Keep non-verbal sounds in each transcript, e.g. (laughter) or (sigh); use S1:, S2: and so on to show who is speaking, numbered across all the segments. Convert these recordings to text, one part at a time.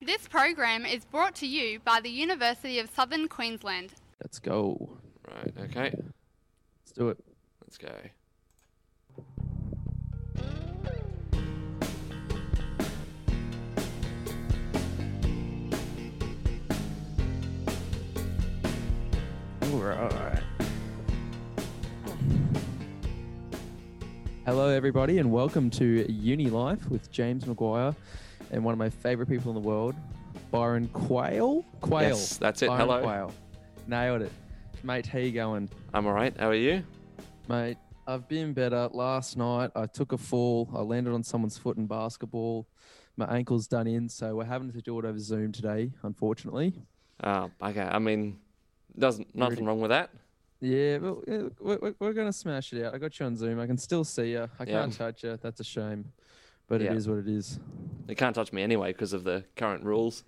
S1: This program is brought to you by the University of Southern Queensland.
S2: Let's go.
S3: Right, okay.
S2: Let's do it.
S3: Let's go.
S2: All right. Hello, everybody, and welcome to Uni Life with James Maguire and one of my favorite people in the world, Byron Quayle. Quayle.
S3: Yes, that's it.
S2: Byron
S3: Hello.
S2: Quayle. Nailed it. Mate, how you going?
S3: I'm all right. How are you?
S2: Mate, I've been better. Last night, I took a fall. I landed on someone's foot in basketball. My ankle's done in, so we're having to do it over Zoom today, unfortunately.
S3: Uh, okay. I mean, doesn't nothing
S2: Really-
S3: wrong with that.
S2: Yeah, but uh, we're, we're- we're going to smash it out. I got you on Zoom. I can still see you. I
S3: Yeah.
S2: can't touch you. That's a shame, but
S3: Yeah.
S2: it is what it is.
S3: They can't touch me anyway because of the current rules.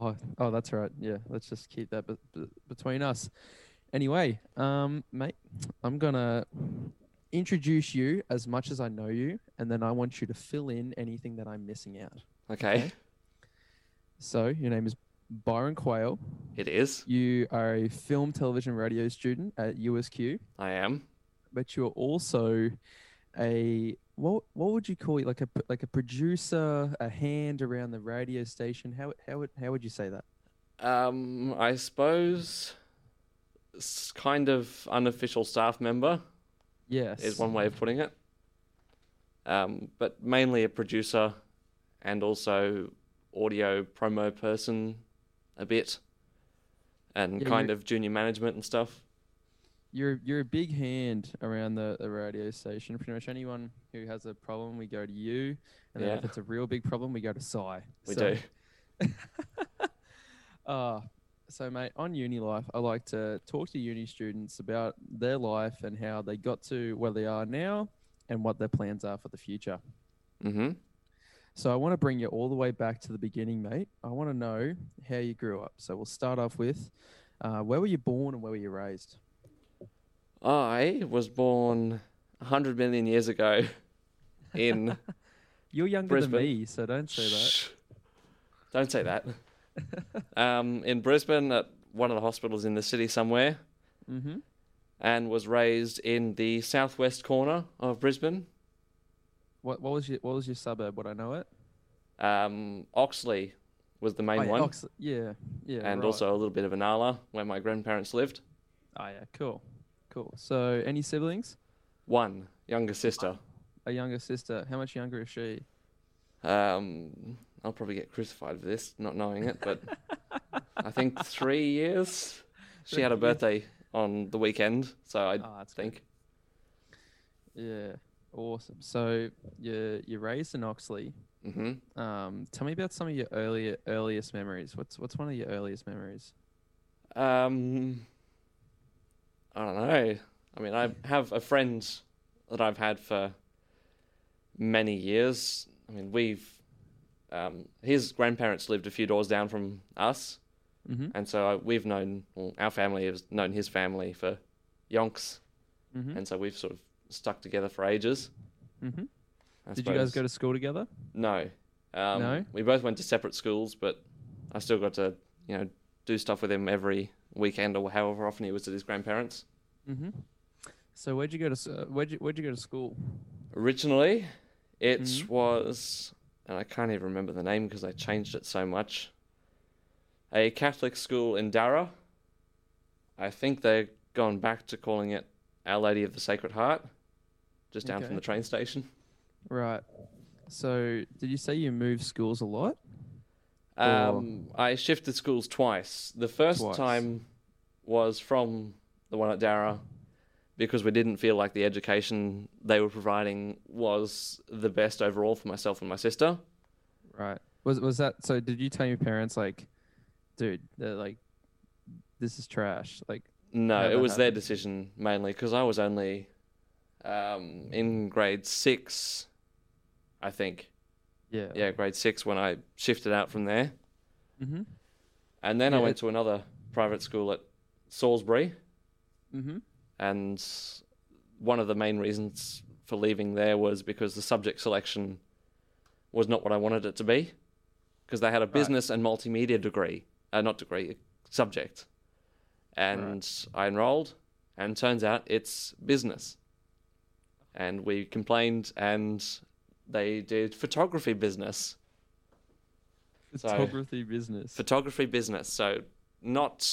S2: Oh, oh, that's right. Yeah, let's just keep that b- b- between us. Anyway, um, mate, I'm gonna introduce you as much as I know you, and then I want you to fill in anything that I'm missing out.
S3: Okay.
S2: Okay. So your name is Byron Quayle.
S3: It is.
S2: You are a film, television, radio student at USQ.
S3: I am.
S2: but you're also a what what would you call it like a p- like a producer a hand around the radio station how how would how would you say that
S3: Um, I suppose s- kind of unofficial staff member
S2: yes
S3: is one way of putting it. Um, but mainly a producer and also audio promo person a bit and
S2: Yeah,
S3: kind
S2: you-
S3: of junior management and stuff.
S2: you're you're a big hand around the, the radio station pretty much anyone who has a problem we go to you and then if
S3: Yeah.
S2: it's a real big problem we go to Cy.
S3: We
S2: So-
S3: do.
S2: Uh, so, mate, on uni life, I like to talk to uni students about their life and how they got to where they are now and what their plans are for the future.
S3: Mm-hmm.
S2: So, I want to bring you all the way back to the beginning, mate. I want to know how you grew up. So, we'll start off with uh, where were you born and where were you raised?
S3: I was born 100 million years ago in.
S2: You're younger than
S3: Brisbane.
S2: me, so don't (laughs) say that.
S3: Shh. Don't
S2: (laughs)
S3: say that. um, in Brisbane, at one of the hospitals in the city somewhere,
S2: Mm-hmm.
S3: and was raised in the southwest corner of Brisbane,
S2: What, what was your What was your suburb? Would I know it?
S3: Um, Oxley was the main
S2: Oh,
S3: one,
S2: yeah, Ox- yeah, yeah.
S3: and
S2: right.
S3: also a little bit of Anala, where my grandparents lived.
S2: oh yeah, cool, cool. So, any siblings?
S3: One younger sister.
S2: A younger sister. How much younger is she?
S3: Um, I'll probably get crucified for this, not knowing it,
S2: (laughs)
S3: but I think three years. She had a
S2: Three years.
S3: birthday on the weekend, so I
S2: Oh, that's good.
S3: think
S2: Yeah, awesome. So you're you're raised in Oxley.
S3: hmm
S2: Um, tell me about some of your earlier earliest memories. What's what's one of your earliest memories?
S3: Um, I don't know. I mean, I have a friend that I've had for many years. I mean, we've um, his grandparents lived a few doors down from us,
S2: Mm-hmm.
S3: and so I, we've known well, our family has known his family for yonks,
S2: Mhm.
S3: and so we've sort of stuck together for ages.
S2: Mm-hmm.
S3: I
S2: Did you guys
S3: suppose.
S2: go to school together?
S3: No. Um,
S2: No?
S3: We both went to separate schools, but I still got to, you know, do stuff with him every weekend or however often he was at his grandparents.
S2: Mm-hmm. So where'd you go to s- uh, where'd you where'd you go to school?
S3: Originally, it
S2: Mhm.
S3: was, and I can't even remember the name because I changed it so much, a Catholic school in Darra. I think they've gone back to calling it Our Lady of the Sacred Heart, just down
S2: Okay.
S3: from the train station.
S2: Right. So did you say you moved schools a lot? Or-
S3: Um, I shifted schools twice. The first
S2: Twice.
S3: time was from the one at Dara because we didn't feel like the education they were providing was the best overall for myself and my sister.
S2: Right. Was was that so? Did you tell your parents like, dude, they're like, this is trash. Like,
S3: No,
S2: How'd
S3: it
S2: that
S3: was their
S2: happen?
S3: decision mainly because I was only um, in grade six, I think.
S2: yeah.
S3: Yeah, grade six when I shifted out from there.
S2: Mhm.
S3: And then I
S2: Yeah,
S3: went to another private school at Salisbury.
S2: Mhm.
S3: and one of the main reasons for leaving there was because the subject selection was not what I wanted it to be. because they had a business and multimedia degree, uh, not degree, subject. And I enrolled, and turns out it's business. And we complained, and they did photography business. So-
S2: Photography business.
S3: Photography business, so not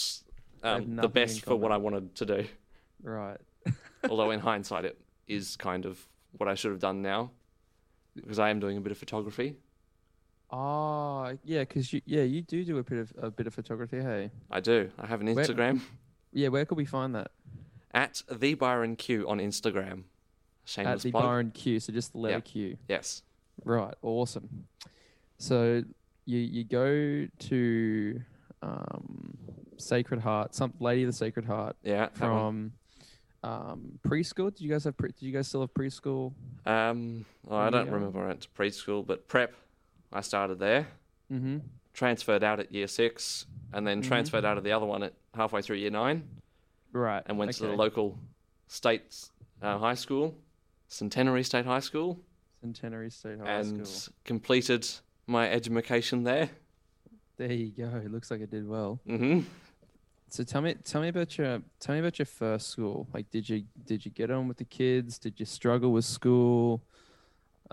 S2: have
S3: um, the
S2: nothing in
S3: best for what I wanted to do.
S2: right.
S3: Although, in hindsight, it is kind of what I should have done now because I am doing a bit of photography.
S2: Ah, yeah, because you, yeah, you do do a bit of a bit of photography. Hey,
S3: I do. I have an
S2: Where-
S3: Instagram.
S2: yeah, where could we find that?
S3: at the Byron Q on Instagram. Shameless
S2: At the
S3: plug.
S2: Byron Q, so just the letter
S3: Yeah.
S2: Q.
S3: Yes.
S2: Right, awesome. So you you go to um, Sacred Heart, some Lady of the Sacred Heart
S3: Yeah. that
S2: from
S3: one.
S2: um, preschool. Did you guys have? Pre- did you guys still have preschool?
S3: Um, well, I
S2: from the,
S3: don't remember when I went to preschool, but prep, I started there,
S2: Mm-hmm.
S3: transferred out at year six, and then
S2: Mhm.
S3: transferred out of the other one at halfway through year nine,
S2: Right.
S3: and went to the
S2: okay.
S3: local state uh, high school, Centenary State High School,
S2: Centenary State High
S3: and
S2: School.
S3: completed my education there.
S2: There you go. It looks like it did well.
S3: hmm
S2: So tell me, tell me about your, tell me about your first school. Like, did you, did you get on with the kids? Did you struggle with school?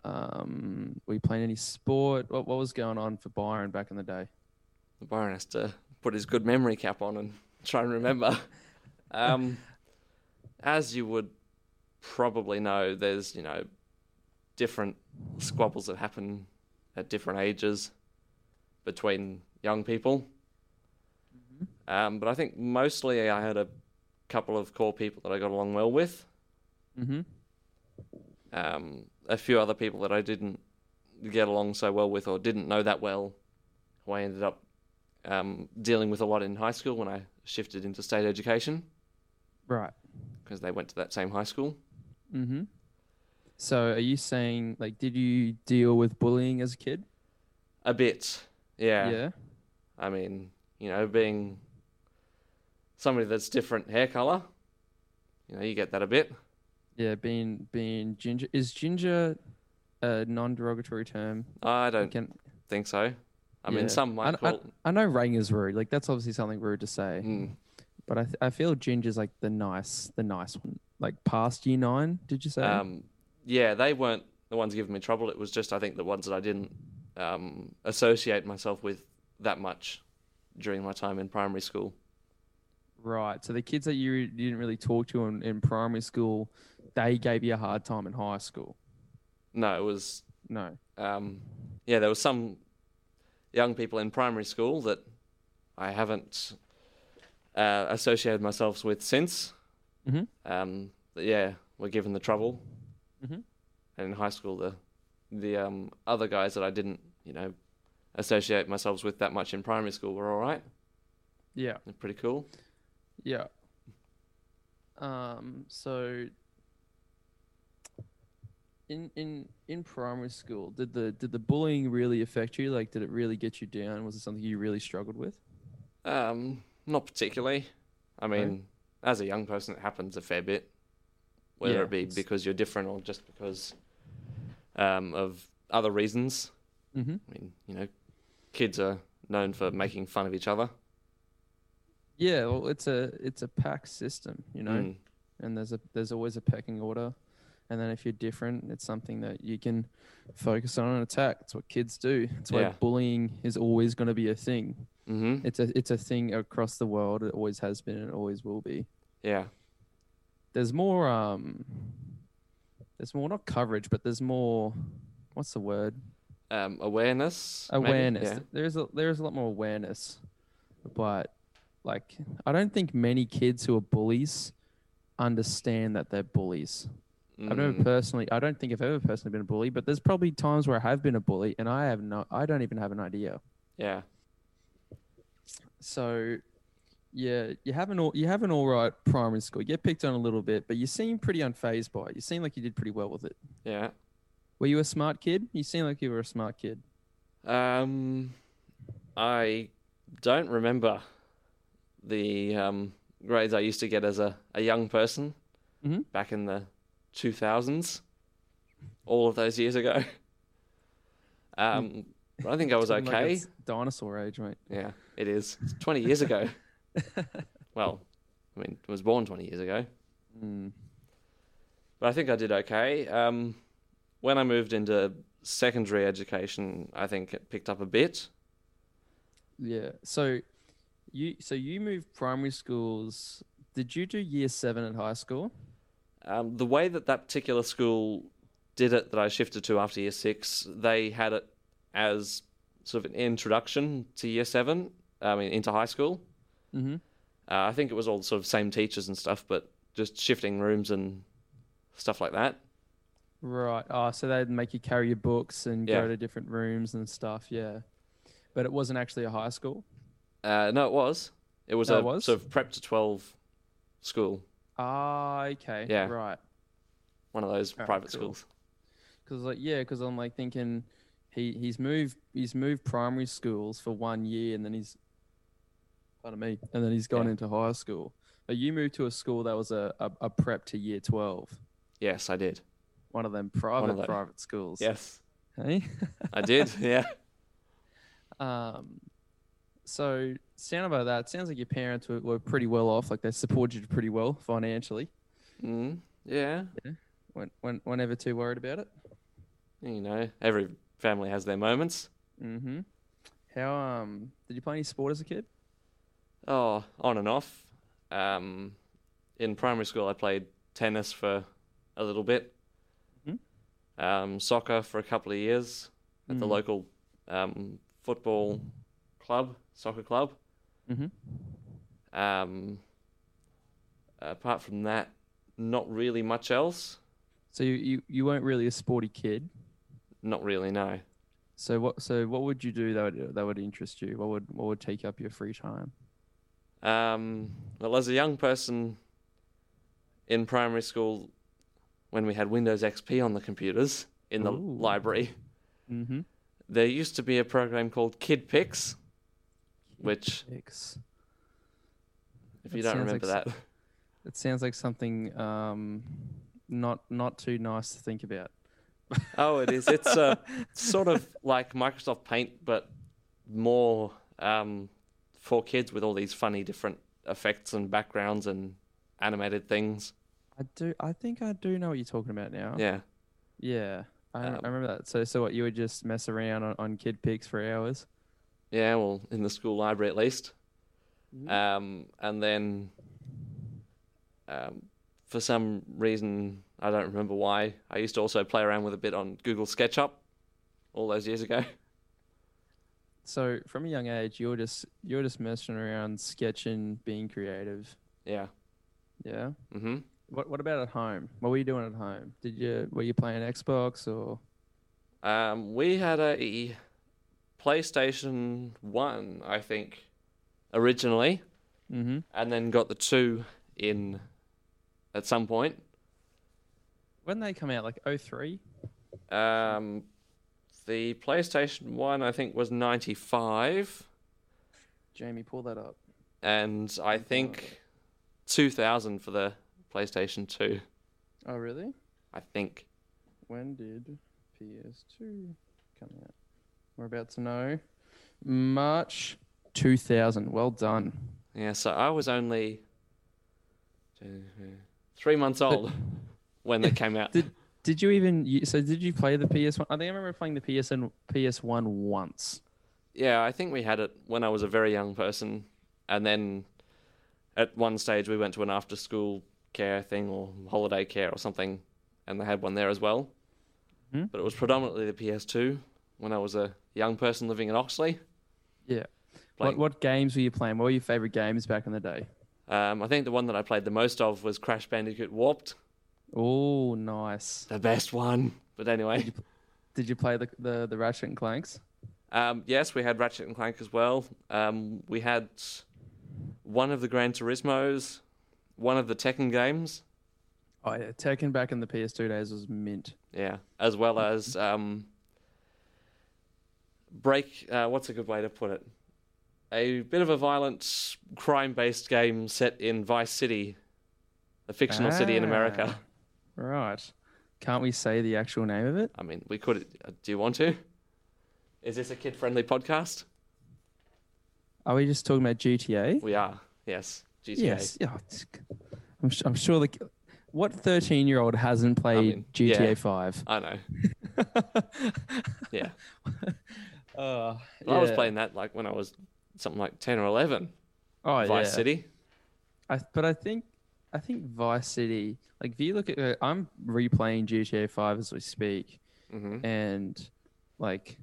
S2: Um, were you playing any sport? What, what was going on for Byron back in the day?
S3: The Byron has to put his good memory cap on and try and remember. um, as you would probably know, there's, you know, different squabbles that happen at different ages between young people. Um, but I think mostly I had a couple of core people that I got along well with,
S2: Mm-hmm.
S3: um, a few other people that I didn't get along so well with or didn't know that well, who I ended up um, dealing with a lot in high school when I shifted into state education
S2: Right.
S3: because they went to that same high school.
S2: Mm-hmm. So are you saying like, did you deal with bullying as a kid?
S3: A bit, yeah.
S2: Yeah.
S3: I mean, you know, being somebody that's different hair color, you know, you get that a bit.
S2: Yeah. Being, being ginger is ginger a non-derogatory term?
S3: I don't
S2: Can,
S3: think so. I
S2: Yeah.
S3: mean, some
S2: I
S3: might
S2: d-
S3: call.
S2: I know rang is rude. Like that's obviously something rude to say.
S3: Mm.
S2: But I, th- I feel Ginger's like the nice, the nice one. Like past year nine, did you say?
S3: Um, yeah, they weren't the ones giving me trouble. It was just, I think, the ones that I didn't um, associate myself with that much during my time in primary school.
S2: right. So the kids that you, you didn't really talk to in, in primary school, they gave you a hard time in high school.
S3: No, it was,
S2: No.
S3: um, yeah, there were some young people in primary school that I haven't uh, associated myself with since.
S2: Mhm.
S3: Um, but yeah, were given the trouble.
S2: Mhm.
S3: And in high school, the the um, other guys that I didn't, you know, associate myself with that much in primary school were all right.
S2: Yeah.
S3: They're pretty cool.
S2: Yeah. Um. So. In in in primary school, did the did the bullying really affect you? Like, did it really get you down? Was it something you really struggled with?
S3: Um, not particularly. I
S2: No?
S3: mean, as a young person, it happens a fair bit, whether
S2: Yeah,
S3: it be
S2: it's-
S3: because you're different or just because um, of other reasons.
S2: Mm-hmm.
S3: I mean, you know, kids are known for making fun of each other.
S2: Yeah. Well, it's a it's a pack system, you know.
S3: Mm.
S2: and there's a there's always a pecking order and then if you're different it's something that you can focus on and attack it's what kids do it's why
S3: Yeah.
S2: bullying is always going to be a thing
S3: Mm-hmm.
S2: it's a it's a thing across the world it always has been and it always will be
S3: Yeah.
S2: there's more um there's more not coverage but there's more what's the word
S3: Um, awareness. maybe?
S2: awareness there's a there's a lot more awareness but like i don't think many kids who are bullies understand that they're bullies
S3: Yeah.
S2: I've never
S3: Mm.
S2: personally. I don't think I've ever personally been a bully, but there's probably times where I have been a bully, and I have no. I don't even have an idea.
S3: Yeah.
S2: So, yeah, you have an all. You have an all right primary school. You get picked on a little bit, but you seem pretty unfazed by it. You seem like you did pretty well with it.
S3: Yeah.
S2: Were you a smart kid? You seem like you were a smart kid.
S3: Um, I don't remember the um, grades I used to get as a, a young person
S2: Mhm.
S3: back in the 2000s, all of those years ago. (laughs) Um, But I think I was
S2: Talking like
S3: okay.
S2: it's dinosaur age, mate.
S3: yeah, it is. It's 20 years ago. well, I mean, I was born 20 years ago. Hmm.
S2: Mm.
S3: but I think I did okay. Um, when I moved into secondary education, I think it picked up a bit.
S2: Yeah. So you so you moved primary schools. Did you do year seven at high school?
S3: Um, the way that that particular school did it, that I shifted to after year six, they had it as sort of an introduction to year seven. I mean, into high school.
S2: Mm-hmm.
S3: Uh, I think it was all sort of same teachers and stuff, but just shifting rooms and stuff like that.
S2: Right. Oh, so they'd make you carry your books and
S3: Yeah.
S2: go to different rooms and stuff. Yeah. But it wasn't actually a high school.
S3: Uh, no, it was. It was
S2: Oh,
S3: a
S2: it was?
S3: sort of prep to twelve school,
S2: Ah, okay.
S3: Yeah.
S2: Right.
S3: one of those
S2: Alright,
S3: private
S2: Oh, cool.
S3: schools.
S2: Because like yeah, because I'm like thinking he he's moved he's moved primary schools for one year and then he's pardon me and then he's gone
S3: Yeah.
S2: into high school. But you moved to a school that was a, a, a prep to year twelve,
S3: Yes, I did.
S2: one of them private
S3: them.
S2: private schools.
S3: Yes,
S2: Hey. (laughs)
S3: I did. Yeah.
S2: Um, so sound about that. Sounds like your parents were, were pretty well off. Like they supported you pretty well financially.
S3: Mm, yeah.
S2: Weren't, weren't, weren't ever too worried about it.
S3: You know, every family has their moments.
S2: Mm-hmm. How um did you play any sport as a kid?
S3: Oh, on and off. Um, in primary school, I played tennis for a little bit,
S2: Mhm.
S3: um, soccer for a couple of years at the
S2: Mm.
S3: local um, football club, soccer club.
S2: Mm-hmm.
S3: Um, apart from that, not really much else.
S2: So you, you you weren't really a sporty kid.
S3: Not really, no.
S2: So what so what would you do that would, that would interest you? What would what would take up your free time?
S3: Um, well, as a young person in primary school, when we had Windows XP on the computers in the
S2: Ooh.
S3: library,
S2: Mm-hmm.
S3: there used to be a program called KidPix, which,
S2: X.
S3: if you
S2: That
S3: don't
S2: sounds like
S3: remember that,
S2: It sounds like something um not not too nice to think about.
S3: (laughs) oh, it is. It's uh, sort of like Microsoft Paint, but more um, for kids with all these funny different effects and backgrounds and animated things.
S2: I do I think I do know what you're talking about now.
S3: Yeah.
S2: Yeah, I,
S3: Um,
S2: I remember that. So, so what you would just mess around on, on kid pics for hours?
S3: Yeah, well, in the school library at least.
S2: Mhm.
S3: Um, and then, um, for some reason, I don't remember why, I used to also play around with a bit on Google SketchUp all those years ago. (laughs)
S2: So, from a young age, you're just you're just messing around, sketching, being creative.
S3: Yeah.
S2: Yeah.
S3: hmm
S2: What What about at home? What were you doing at home? Did you were you playing Xbox or?
S3: Um, we had a PlayStation 1, I think, originally,
S2: Mm-hmm.
S3: and then got the 2 in at some point.
S2: When they come out, like 03?
S3: Um, the PlayStation 1, I think, was 95.
S2: Jamie, pull that up.
S3: and I think 2000 for the PlayStation 2.
S2: Oh, really?
S3: I think.
S2: When did PS2 come out? We're about to know. March 2000. Well done.
S3: Yeah, so I was only three months old when they came out.
S2: Did did you even you- so did you play the PS1? I think I remember playing the PSN PS1 once.
S3: yeah, I think we had it when I was a very young person, and then at one stage we went to an after-school care thing or holiday care or something, and they had one there as well.
S2: Mhm.
S3: But it was predominantly the PS2 when I was a young person living in Oxley.
S2: Yeah.
S3: Playing
S2: What what games were you playing? What were your favorite games back in the day?
S3: Um, I think the one that I played the most of was Crash Bandicoot Warped,
S2: Oh, nice.
S3: the best one. But anyway,
S2: Did you play the the, the Ratchet and Clanks?
S3: um, yes, we had Ratchet and Clank as well. Um, we had one of the Gran Turismos, one of the Tekken games,
S2: Oh yeah, Tekken back in the PS2 days was mint.
S3: yeah, as well as um, Break. Uh, what's a good way to put it? A bit of a violent crime-based game set in Vice City, a fictional city in America.
S2: Right. Can't we say the actual name of it?
S3: uh, I mean, we could. Do you want to? Is this a kid friendly podcast?
S2: Are we just talking about GTA?
S3: We are. Yes. GTA.
S2: Yes. Yeah. it's- I'm, su- I'm sure the ki- what 13 year old hasn't played
S3: mean,
S2: GTA
S3: yeah.
S2: 5.
S3: I know. (laughs)
S2: (laughs)
S3: Yeah.
S2: Uh,
S3: Well, I was
S2: yeah.
S3: playing that like when I was something like 10 or 11.
S2: oh,
S3: Vice
S2: yeah.
S3: City.
S2: I, but I think I think Vice City. Like if you look at, uh, I'm replaying GTA Five as we speak,
S3: hmm
S2: and like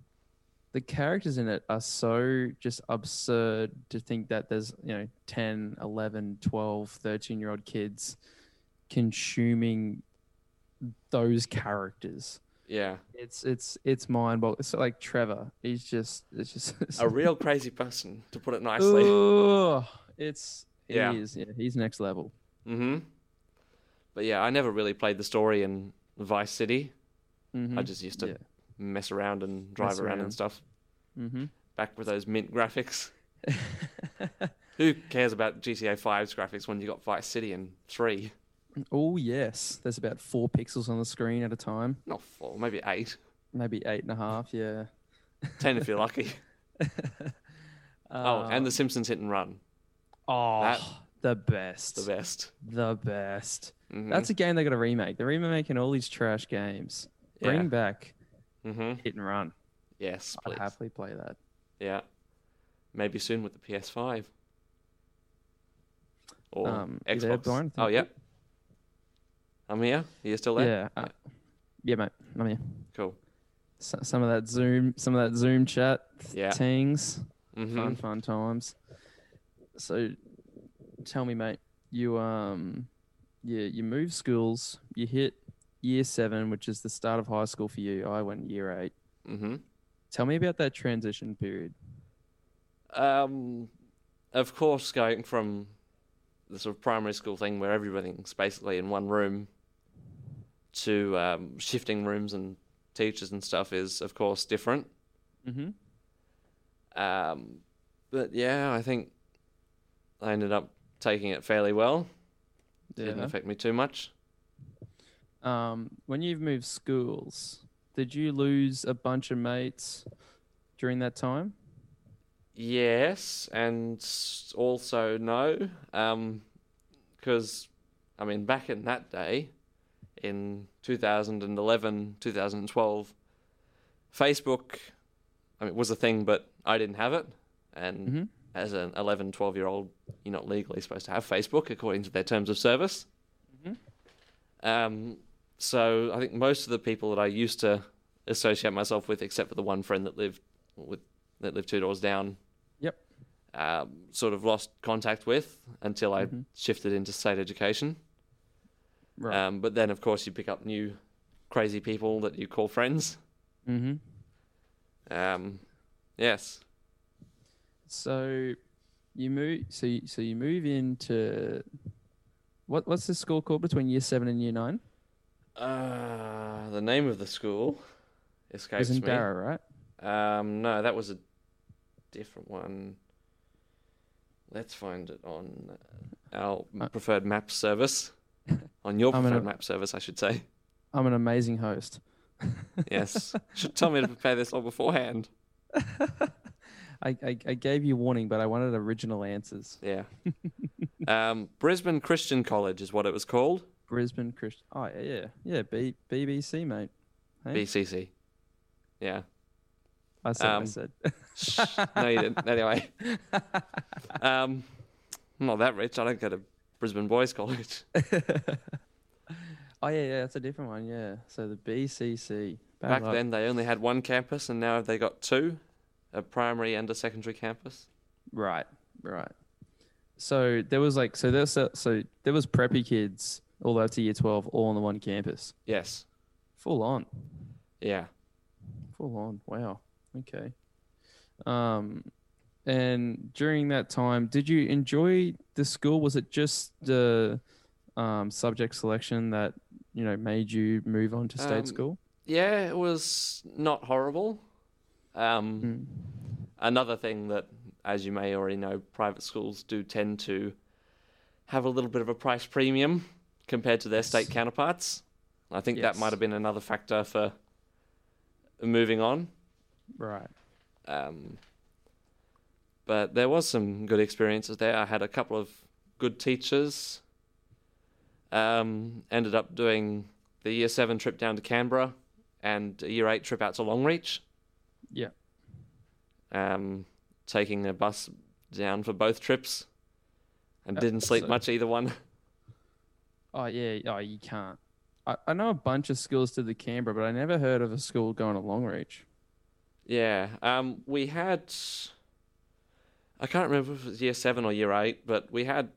S2: the characters in it are so just absurd to think that there's you know 10 11 12 13 year old kids consuming those characters
S3: Yeah.
S2: it's it's it's mind boggling so like trevor he's just it's just (laughs)
S3: A real crazy person, to put it nicely.
S2: Ugh, it's
S3: Yeah.
S2: he is yeah he's next level
S3: hmm But yeah, I never really played the story in Vice City. I
S2: Mhm.
S3: just used to
S2: Yeah.
S3: mess around and drive
S2: Mess
S3: around,
S2: around.
S3: and stuff.
S2: Mhm.
S3: Back with those mint graphics. Who cares about GTA 5's graphics when you got Vice City and 3?
S2: (laughs) oh yes there's about four pixels on the screen at a time
S3: Not 4, maybe 8.
S2: maybe eight and a half yeah
S3: 10 if you're
S2: (laughs)
S3: lucky. oh,
S2: Um,
S3: and The Simpsons Hit and Run.
S2: Oh,
S3: That-
S2: the best.
S3: The
S2: The best.
S3: best. Mhm.
S2: That's a game they got to remake. They're remaking all these trash games.
S3: Yeah.
S2: Bring back
S3: hmm
S2: Hit and Run.
S3: Yes, please.
S2: I'd happily play that.
S3: Yeah. Maybe soon with the PS5. Or
S2: Um, you
S3: Xbox.
S2: there, Brian?
S3: oh,
S2: Thank
S3: yeah. I'm here. Are you still there?
S2: yeah. uh, yeah, mate. I mean,
S3: Cool.
S2: so, some of that Zoom, some of that Zoom chat
S3: Yeah.
S2: tings.
S3: hmm
S2: Fun, fun times. So, tell me, mate. You um, you you move schools. You hit year seven, which is the start of high school for you. I went year eight.
S3: hmm
S2: Tell me about that transition period.
S3: Um, of course, going from the sort of primary school thing where everything's basically in one room to um, shifting rooms and teachers and stuff is, of course, different.
S2: Mm-hmm.
S3: Um, but yeah, I think I ended up taking it fairly well. Didn't affect me too much.
S2: um, when you've moved schools, did you lose a bunch of mates during that time?
S3: Yes, and s- also no, because I mean, back in that day, in 2011, 2012, Facebook, I mean, was a thing, but I didn't have it. And
S2: Mhm.
S3: as an 11, 12 year old, you're not legally supposed to have Facebook according to their terms of service.
S2: Mhm.
S3: Um, so I think most of the people that I used to associate myself with, except for the one friend that lived with that lived two doors down,
S2: Yep.
S3: um, sort of lost contact with until I
S2: Mhm.
S3: shifted into state education.
S2: Right.
S3: Um, but then, of course, you pick up new crazy people that you call friends.
S2: mm-hmm.
S3: Um, yes.
S2: So you move. So you, so you move into what? What's the school called between year seven and year nine?
S3: Uh, the name of the school
S2: It
S3: escapes
S2: was in
S3: me.
S2: Barra, right?
S3: Um, no, that was a different one. Let's find it on our
S2: Uh,
S3: preferred map service. On your
S2: (laughs) I'm gonna-
S3: preferred map service, I should say. (laughs)
S2: I'm an amazing host.
S3: Yes. should tell me to prepare this all beforehand.
S2: I, I, I gave you warning, but I wanted original answers. (laughs)
S3: Yeah. um, Brisbane Christian College is what it was called.
S2: Brisbane Christian. Oh yeah, yeah, yeah. B, BBC, mate. Hey.
S3: BCC. Yeah.
S2: I said.
S3: Um,
S2: I said. (laughs)
S3: Shh. no, you didn't. Anyway. Um, I'm not that rich. I don't go to Brisbane Boys College.
S2: (laughs) oh yeah, yeah. That's a different one. Yeah. So the BCC. Bad
S3: Back
S2: luck.
S3: then, they only had one campus, and now have they got two? A primary and a secondary campus?
S2: Right, right. So there was like so there's a- so there was preppy kids all the way up to year twelve, all on the one campus,
S3: Yes.
S2: full on,
S3: Yeah.
S2: full on. Wow. Okay. Um, and during that time, did you enjoy the school? Was it just the um, subject selection that you know made you move on to state
S3: Um,
S2: school?
S3: Yeah, it was not horrible. Um,
S2: Mm.
S3: Another thing that, as you may already know, private schools do tend to have a little bit of a price premium compared to their state
S2: Yes.
S3: counterparts. I think that
S2: Yes.
S3: might have been another factor for moving on.
S2: Right.
S3: Um, but there was some good experiences there. I had a couple of good teachers. Um, ended up doing the year seven trip down to Canberra and a year eight trip out to Longreach.
S2: Yeah.
S3: Um, taking a bus down for both trips and
S2: Uh,
S3: didn't sleep
S2: so-
S3: much either one. (laughs)
S2: Oh yeah. Oh, you can't. I, I know a bunch of schools to the Canberra, but I never heard of a school going to Longreach.
S3: Yeah. Um, we had. I can't remember if it was year seven or year eight, but we had,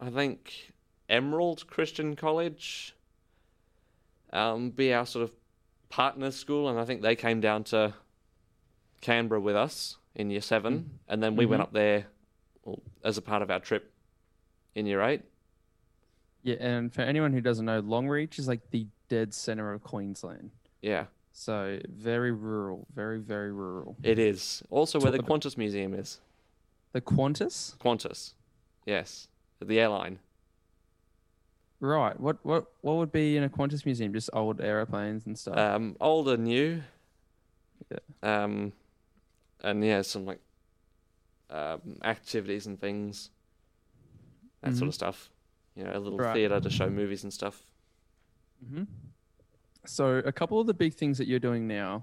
S3: I think, Emerald Christian College um, be our sort of partner school, and I think they came down to Canberra with us in year 7 and then we went
S2: Mhm.
S3: up there well, as a part of our trip in year eight.
S2: Yeah, and for anyone who doesn't know, Longreach is like the dead center of Queensland.
S3: Yeah,
S2: So very rural, very very rural.
S3: it is. Also, where the
S2: Talk
S3: Qantas Museum is.
S2: The Qantas,
S3: Qantas. Yes, the airline.
S2: right? What what what would be in a Qantas museum? Just old aeroplanes and stuff.
S3: um, old and new.
S2: Yeah.
S3: Um, and yeah, some like um, activities and things, that sort of stuff. You know, a little
S2: Mm-hmm. Right.
S3: theater to show movies and stuff.
S2: hmm So a couple of the big things that you're doing now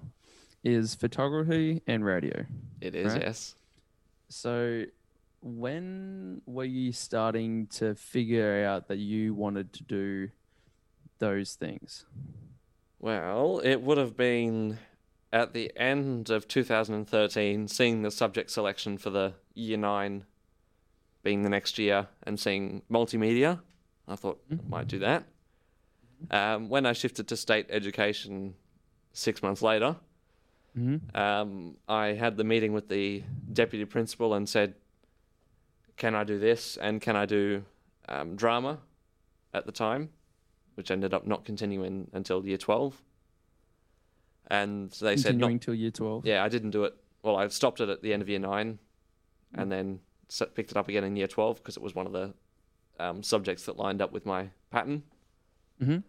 S2: is photography and radio.
S3: It is
S2: Right.
S3: yes.
S2: So when were you starting to figure out that you wanted to do those things?
S3: Well, it would have been at the end of 2013, seeing the subject selection for the year nine being the next year and seeing multimedia. I thought I might do that. Um, when I shifted to state education six months later,
S2: Mm-hmm.
S3: um, I had the meeting with the deputy principal and said, "Can I do this and can I do um, drama?" At the time, which ended up not continuing until year twelve. And they said, "Not
S2: Continuing till year twelve.
S3: yeah, I didn't do it. Well, I stopped it at the end of year nine, and then s- picked it up again in year twelve because it was one of the um, subjects that lined up with my pattern."
S2: Mhm.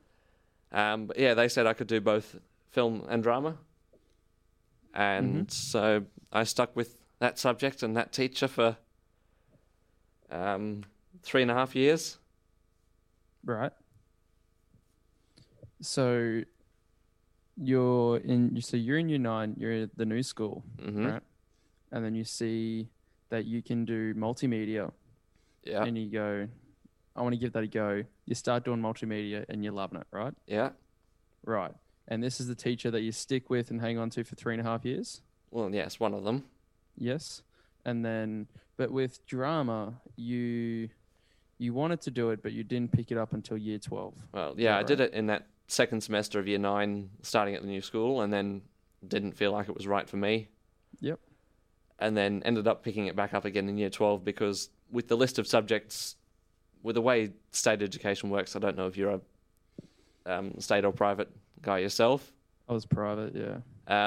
S3: Um, but yeah, they said I could do both film and drama, and
S2: Mm-hmm.
S3: so I stuck with that subject and that teacher for um, three and a half years.
S2: Right. So you're in so you're in year nine, you're at the new school,
S3: hmm
S2: right? And then you see that you can do multimedia
S3: Yeah,
S2: and you go, I want to give that a go. You start doing multimedia and you're loving it, right?
S3: yeah.
S2: Right. And this is the teacher that you stick with and hang on to for three and a half years.
S3: Well, yes, one of them.
S2: Yes. And then but with drama, you you wanted to do it, but you didn't pick it up until year twelve.
S3: Well, yeah, I
S2: right?
S3: did it in that second semester of year nine, starting at the new school, and then didn't feel like it was right for me.
S2: Yep.
S3: And then ended up picking it back up again in year 12 because, with the list of subjects, with the way state education works, I don't know if you're a um, state or private guy yourself,
S2: I was private, yeah.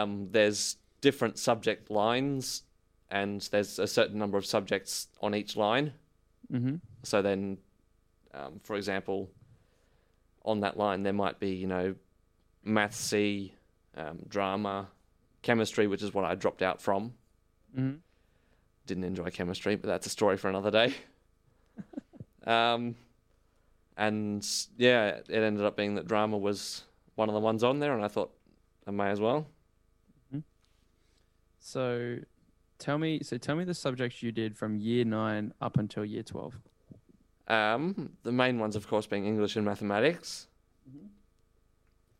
S3: um, there's different subject lines, and there's a certain number of subjects on each line.
S2: Mm-hmm.
S3: So then, um, for example, on that line there might be you know, math C, um, drama, chemistry, which is what I dropped out from.
S2: Mm-hmm.
S3: Didn't enjoy chemistry, but that's a story for another day. um, and yeah, it ended up being that drama was one of the ones on there, and I thought I may as well.
S2: So tell me so tell me the subjects you did from year 9 up until year 12.
S3: Um, the main ones, of course, being English and mathematics.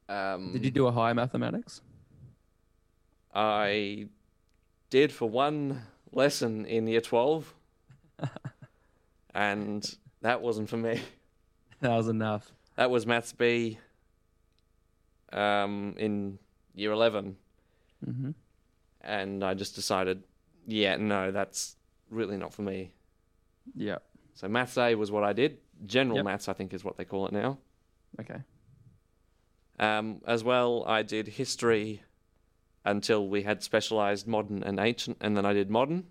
S3: Um,
S2: Did you do a high mathematics?
S3: I did for one lesson in year 12, and that wasn't for me.
S2: (laughs) That was enough.
S3: That was Maths B um, in year 11,
S2: Mm-hmm.
S3: and I just decided, yeah, no, that's really not for me.
S2: Yeah.
S3: So Maths A was what I did. General
S2: Yep.
S3: Maths, I think, is what they call it now.
S2: Okay.
S3: Um, as well, I did history until we had specialized modern and ancient, and then I did modern.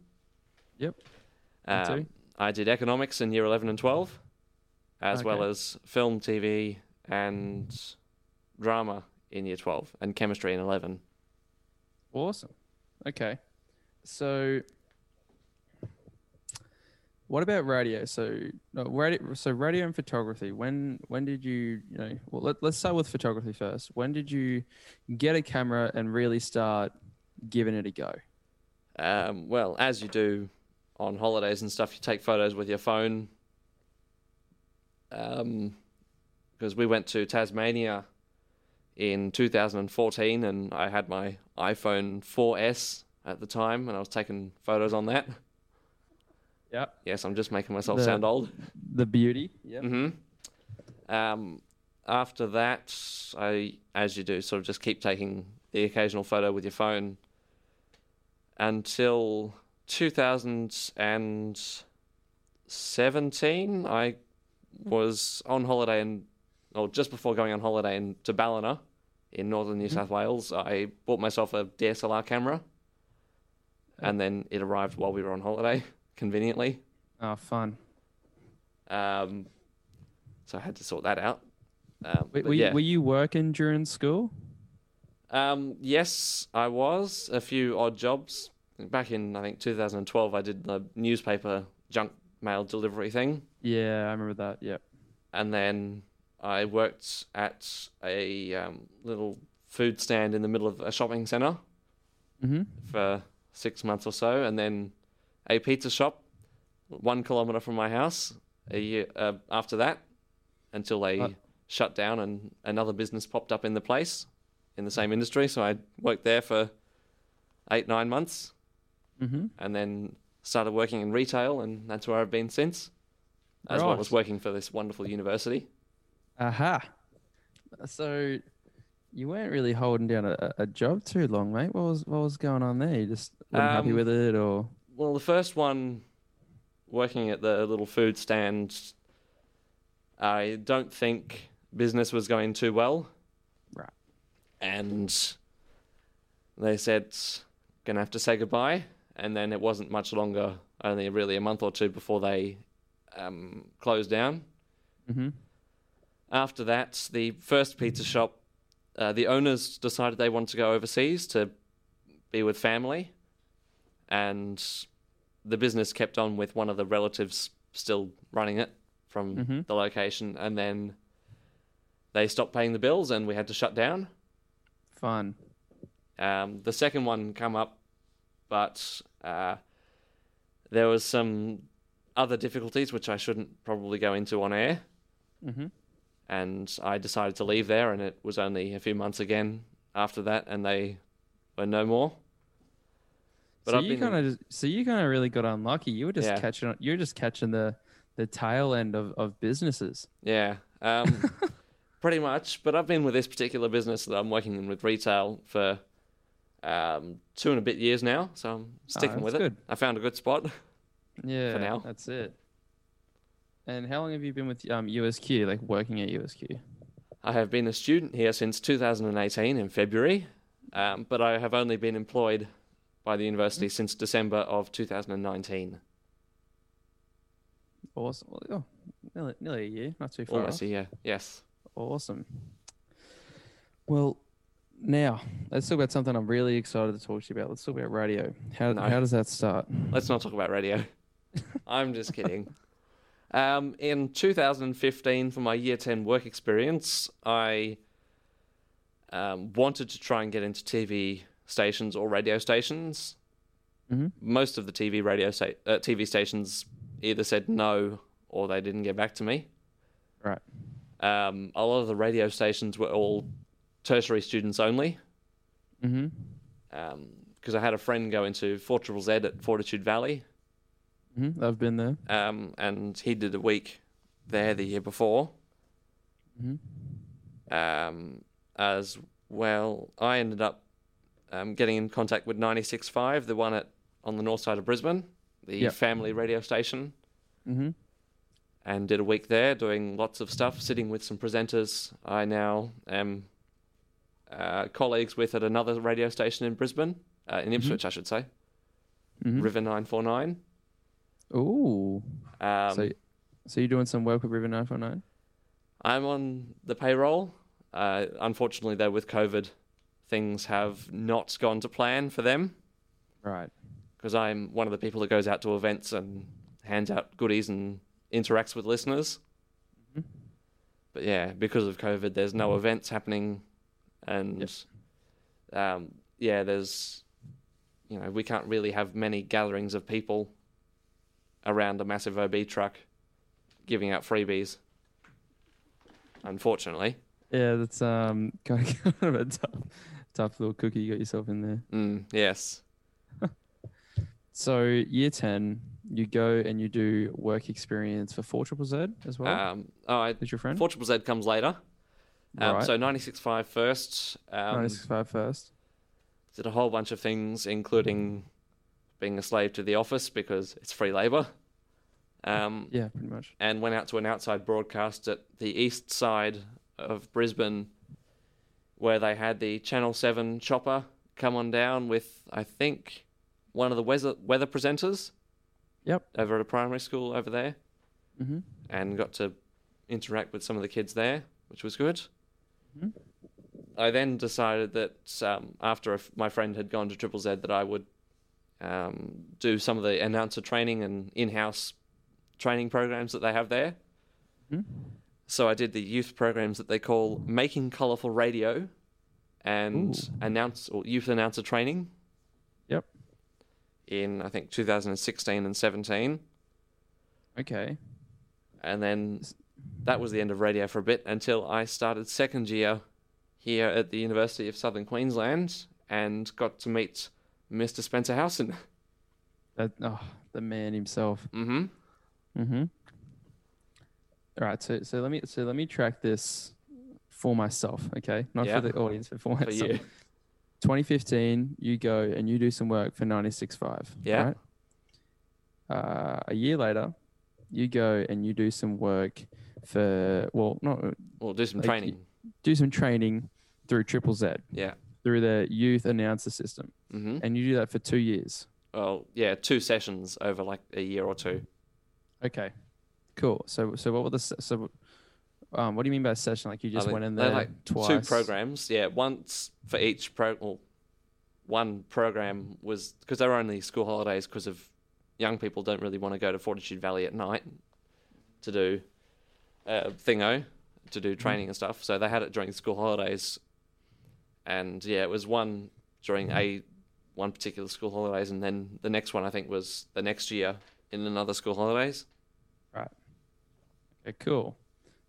S2: Yep. Me too.
S3: Um, I did economics in year 11 and 12, as well
S2: Okay.
S3: as film, TV, and drama in year 12, and chemistry in 11.
S2: Awesome. Okay. So, what about radio? So, no, radio. So, radio and photography. When when did you you know? Well, let, let's start with photography first. When did you get a camera and really start giving it a go?
S3: Um, well, as you do on holidays and stuff, you take photos with your phone. Um, because we went to Tasmania in 2014, and I had my iPhone 4S at the time, and I was taking photos on that.
S2: Yeah.
S3: Yes, I'm just making myself
S2: The-
S3: sound old.
S2: The beauty. Yeah.
S3: hmm Um, after that, I, as you do, sort of just keep taking the occasional photo with your phone until 2017. I was on holiday and, or just before going on holiday in to Ballina in northern New South Wales, I bought myself a DSLR camera, and then it arrived while we were on holiday, (laughs) conveniently.
S2: Oh, fun.
S3: Um, so I had to sort that out. Um,
S2: Wait,
S3: but
S2: were, you-
S3: yeah.
S2: were you working during school?
S3: um, yes, I was a few odd jobs back in I think 2012. I did the newspaper junk mail delivery thing,
S2: Yeah, I remember that. Yeah.
S3: and then I worked at a um, little food stand in the middle of a shopping center
S2: Mm-hmm.
S3: for six months or so, and then a pizza shop one kilometer from my house a year uh, after that until they
S2: Uh.
S3: shut down and another business popped up in the place in the same industry. So I worked there for eight, nine months
S2: Mm-hmm.
S3: and then started working in retail, and that's where I've been since. As well
S2: Right.
S3: as working for this wonderful university.
S2: Aha. So you weren't really holding down a, a job too long, mate. What was what was going on there? You just weren't happy
S3: Um,
S2: with it, or
S3: Well, the first one, working at the little food stand, I don't think business was going too well.
S2: Right.
S3: And they said, gonna have to say goodbye. And then it wasn't much longer, only really a month or two before they um, closed down.
S2: mm-hmm.
S3: After that, the first pizza shop, uh, the owners decided they wanted to go overseas to be with family, and the business kept on with one of the relatives still running it from
S2: Mhm.
S3: the location, and then they stopped paying the bills, and we had to shut down.
S2: fun.
S3: Um, the second one come up, but uh, there was some other difficulties which I shouldn't probably go into on air
S2: Mm-hmm.
S3: and I decided to leave there, and it was only a few months again after that, and they were no more. But
S2: so
S3: I've
S2: you
S3: been in-
S2: kind of so you kind of really got unlucky. You were just
S3: Yeah.
S2: catching you're just catching the the tail end of, of businesses.
S3: Yeah, um,
S2: (laughs)
S3: pretty much. But I've been with this particular business that I'm working in with retail for um, two and a bit years now, so I'm sticking
S2: Ah, that's
S3: with it.
S2: good.
S3: I found a good spot.
S2: Yeah,
S3: now.
S2: that's it. And how long have you been with um USQ, like working at USQ?
S3: I have been a student here since 2018 in February, um, but I have only been employed by the university
S2: Mm.
S3: since December of 2019.
S2: Awesome. Well, Oh, nearly, nearly a year, not too far.
S3: Almost
S2: off.
S3: a year. Yes.
S2: Awesome. Well, now let's talk about something I'm really excited to talk to you about. Let's talk about radio. How,
S3: No.
S2: how does that start?
S3: Let's not talk about radio. I'm just kidding. Um, in 2015, for my year 10 work experience, I um, wanted to try and get into TV stations or radio stations.
S2: Mhm.
S3: Most of the TV radio sta- uh, TV stations either said no or they didn't get back to me.
S2: Right.
S3: Um, a lot of the radio stations were all tertiary students only
S2: Mm-hmm.
S3: because I had a friend go into 4ZZZ at Fortitude Valley
S2: hmm I've been there.
S3: um, and he did a week there the year before.
S2: Mhm.
S3: Um, as well, I ended up um, getting in contact with 96.5, the one at on the north side of Brisbane, the
S2: Yep.
S3: family radio station,
S2: Mm-hmm.
S3: and did a week there, doing lots of stuff, sitting with some presenters. I now am uh, colleagues with at another radio station in Brisbane, uh,
S2: Mm-hmm.
S3: in Ipswich, I should say,
S2: Mhm.
S3: River 949.
S2: Ooh.
S3: Um,
S2: so, so you're doing some work with River 949?
S3: I'm on the payroll. Uh, unfortunately, though, with COVID, things have not gone to plan for them
S2: Right.
S3: because I'm one of the people that goes out to events and hands out goodies and interacts with listeners.
S2: Mhm.
S3: But yeah, because of COVID, there's
S2: Mm-hmm.
S3: no events happening, and um, yeah, there's you know we can't really have many gatherings of people around a massive OB truck giving out freebies. Unfortunately,
S2: Yeah, that's um (laughs) kind of, kind of a tough, tough little cookie you got yourself in there.
S3: mm, yes.
S2: So year ten, you go and you do work experience for four triple Z as well.
S3: Um, oh, I,
S2: is your friend?
S3: Fortunate Z comes later. Um,
S2: Right.
S3: So 96.5 first. Um,
S2: 965 first.
S3: Did a whole bunch of things, including being a slave to the office because it's free labor. Um,
S2: Yeah, pretty much.
S3: And went out to an outside broadcast at the east side of Brisbane where they had the Channel 7 chopper come on down with, I think, one of the weather, weather presenters.
S2: Yep.
S3: Over at a primary school over there
S2: Mm-hmm.
S3: and got to interact with some of the kids there, which was good.
S2: Mhm.
S3: I then decided that um, after a f my friend had gone to Triple Z, that I would um, do some of the announcer training and in-house training programs that they have there.
S2: Mhm.
S3: So I did the youth programs that they call Making Colorful Radio and announce or youth announcer training.
S2: Yep.
S3: In I think 2016 and 17
S2: Okay.
S3: and then that was the end of radio for a bit until I started second year here at the University of Southern Queensland and got to meet Mr. Spencer (laughs) Howson.
S2: That oh, the man himself.
S3: hmm
S2: Mm-hmm. All right. So so let me so let me track this for myself. Okay, not
S3: Yeah.
S2: for the audience, but for
S3: For
S2: myself.
S3: you.
S2: 2015, you go and you do some work for 96.5.
S3: Yeah.
S2: right? Uh, a year later, you go and you do some work for, well, not
S3: Well, do some
S2: Like,
S3: training.
S2: do some training through Triple Z,
S3: Yeah.
S2: through the youth announcer system.
S3: hmm
S2: And you do that for two years.
S3: Well, yeah, two sessions over like a year or two.
S2: Okay. Cool. So, so what were the, se- so, um, what do you mean by session? Like you just
S3: think
S2: went in
S3: they're
S2: there
S3: like
S2: twice?
S3: Two programs. Yeah, once for each pro. Well, one program was because they were only school holidays because of young people don't really want to go to Fortitude Valley at night to do uh, thingo to
S2: Mm-hmm.
S3: do training and stuff. So they had it during school holidays, and yeah, it was one during
S2: Mm-hmm.
S3: a one particular school holidays, and then the next one I think was the next year in another school holidays.
S2: Okay, cool.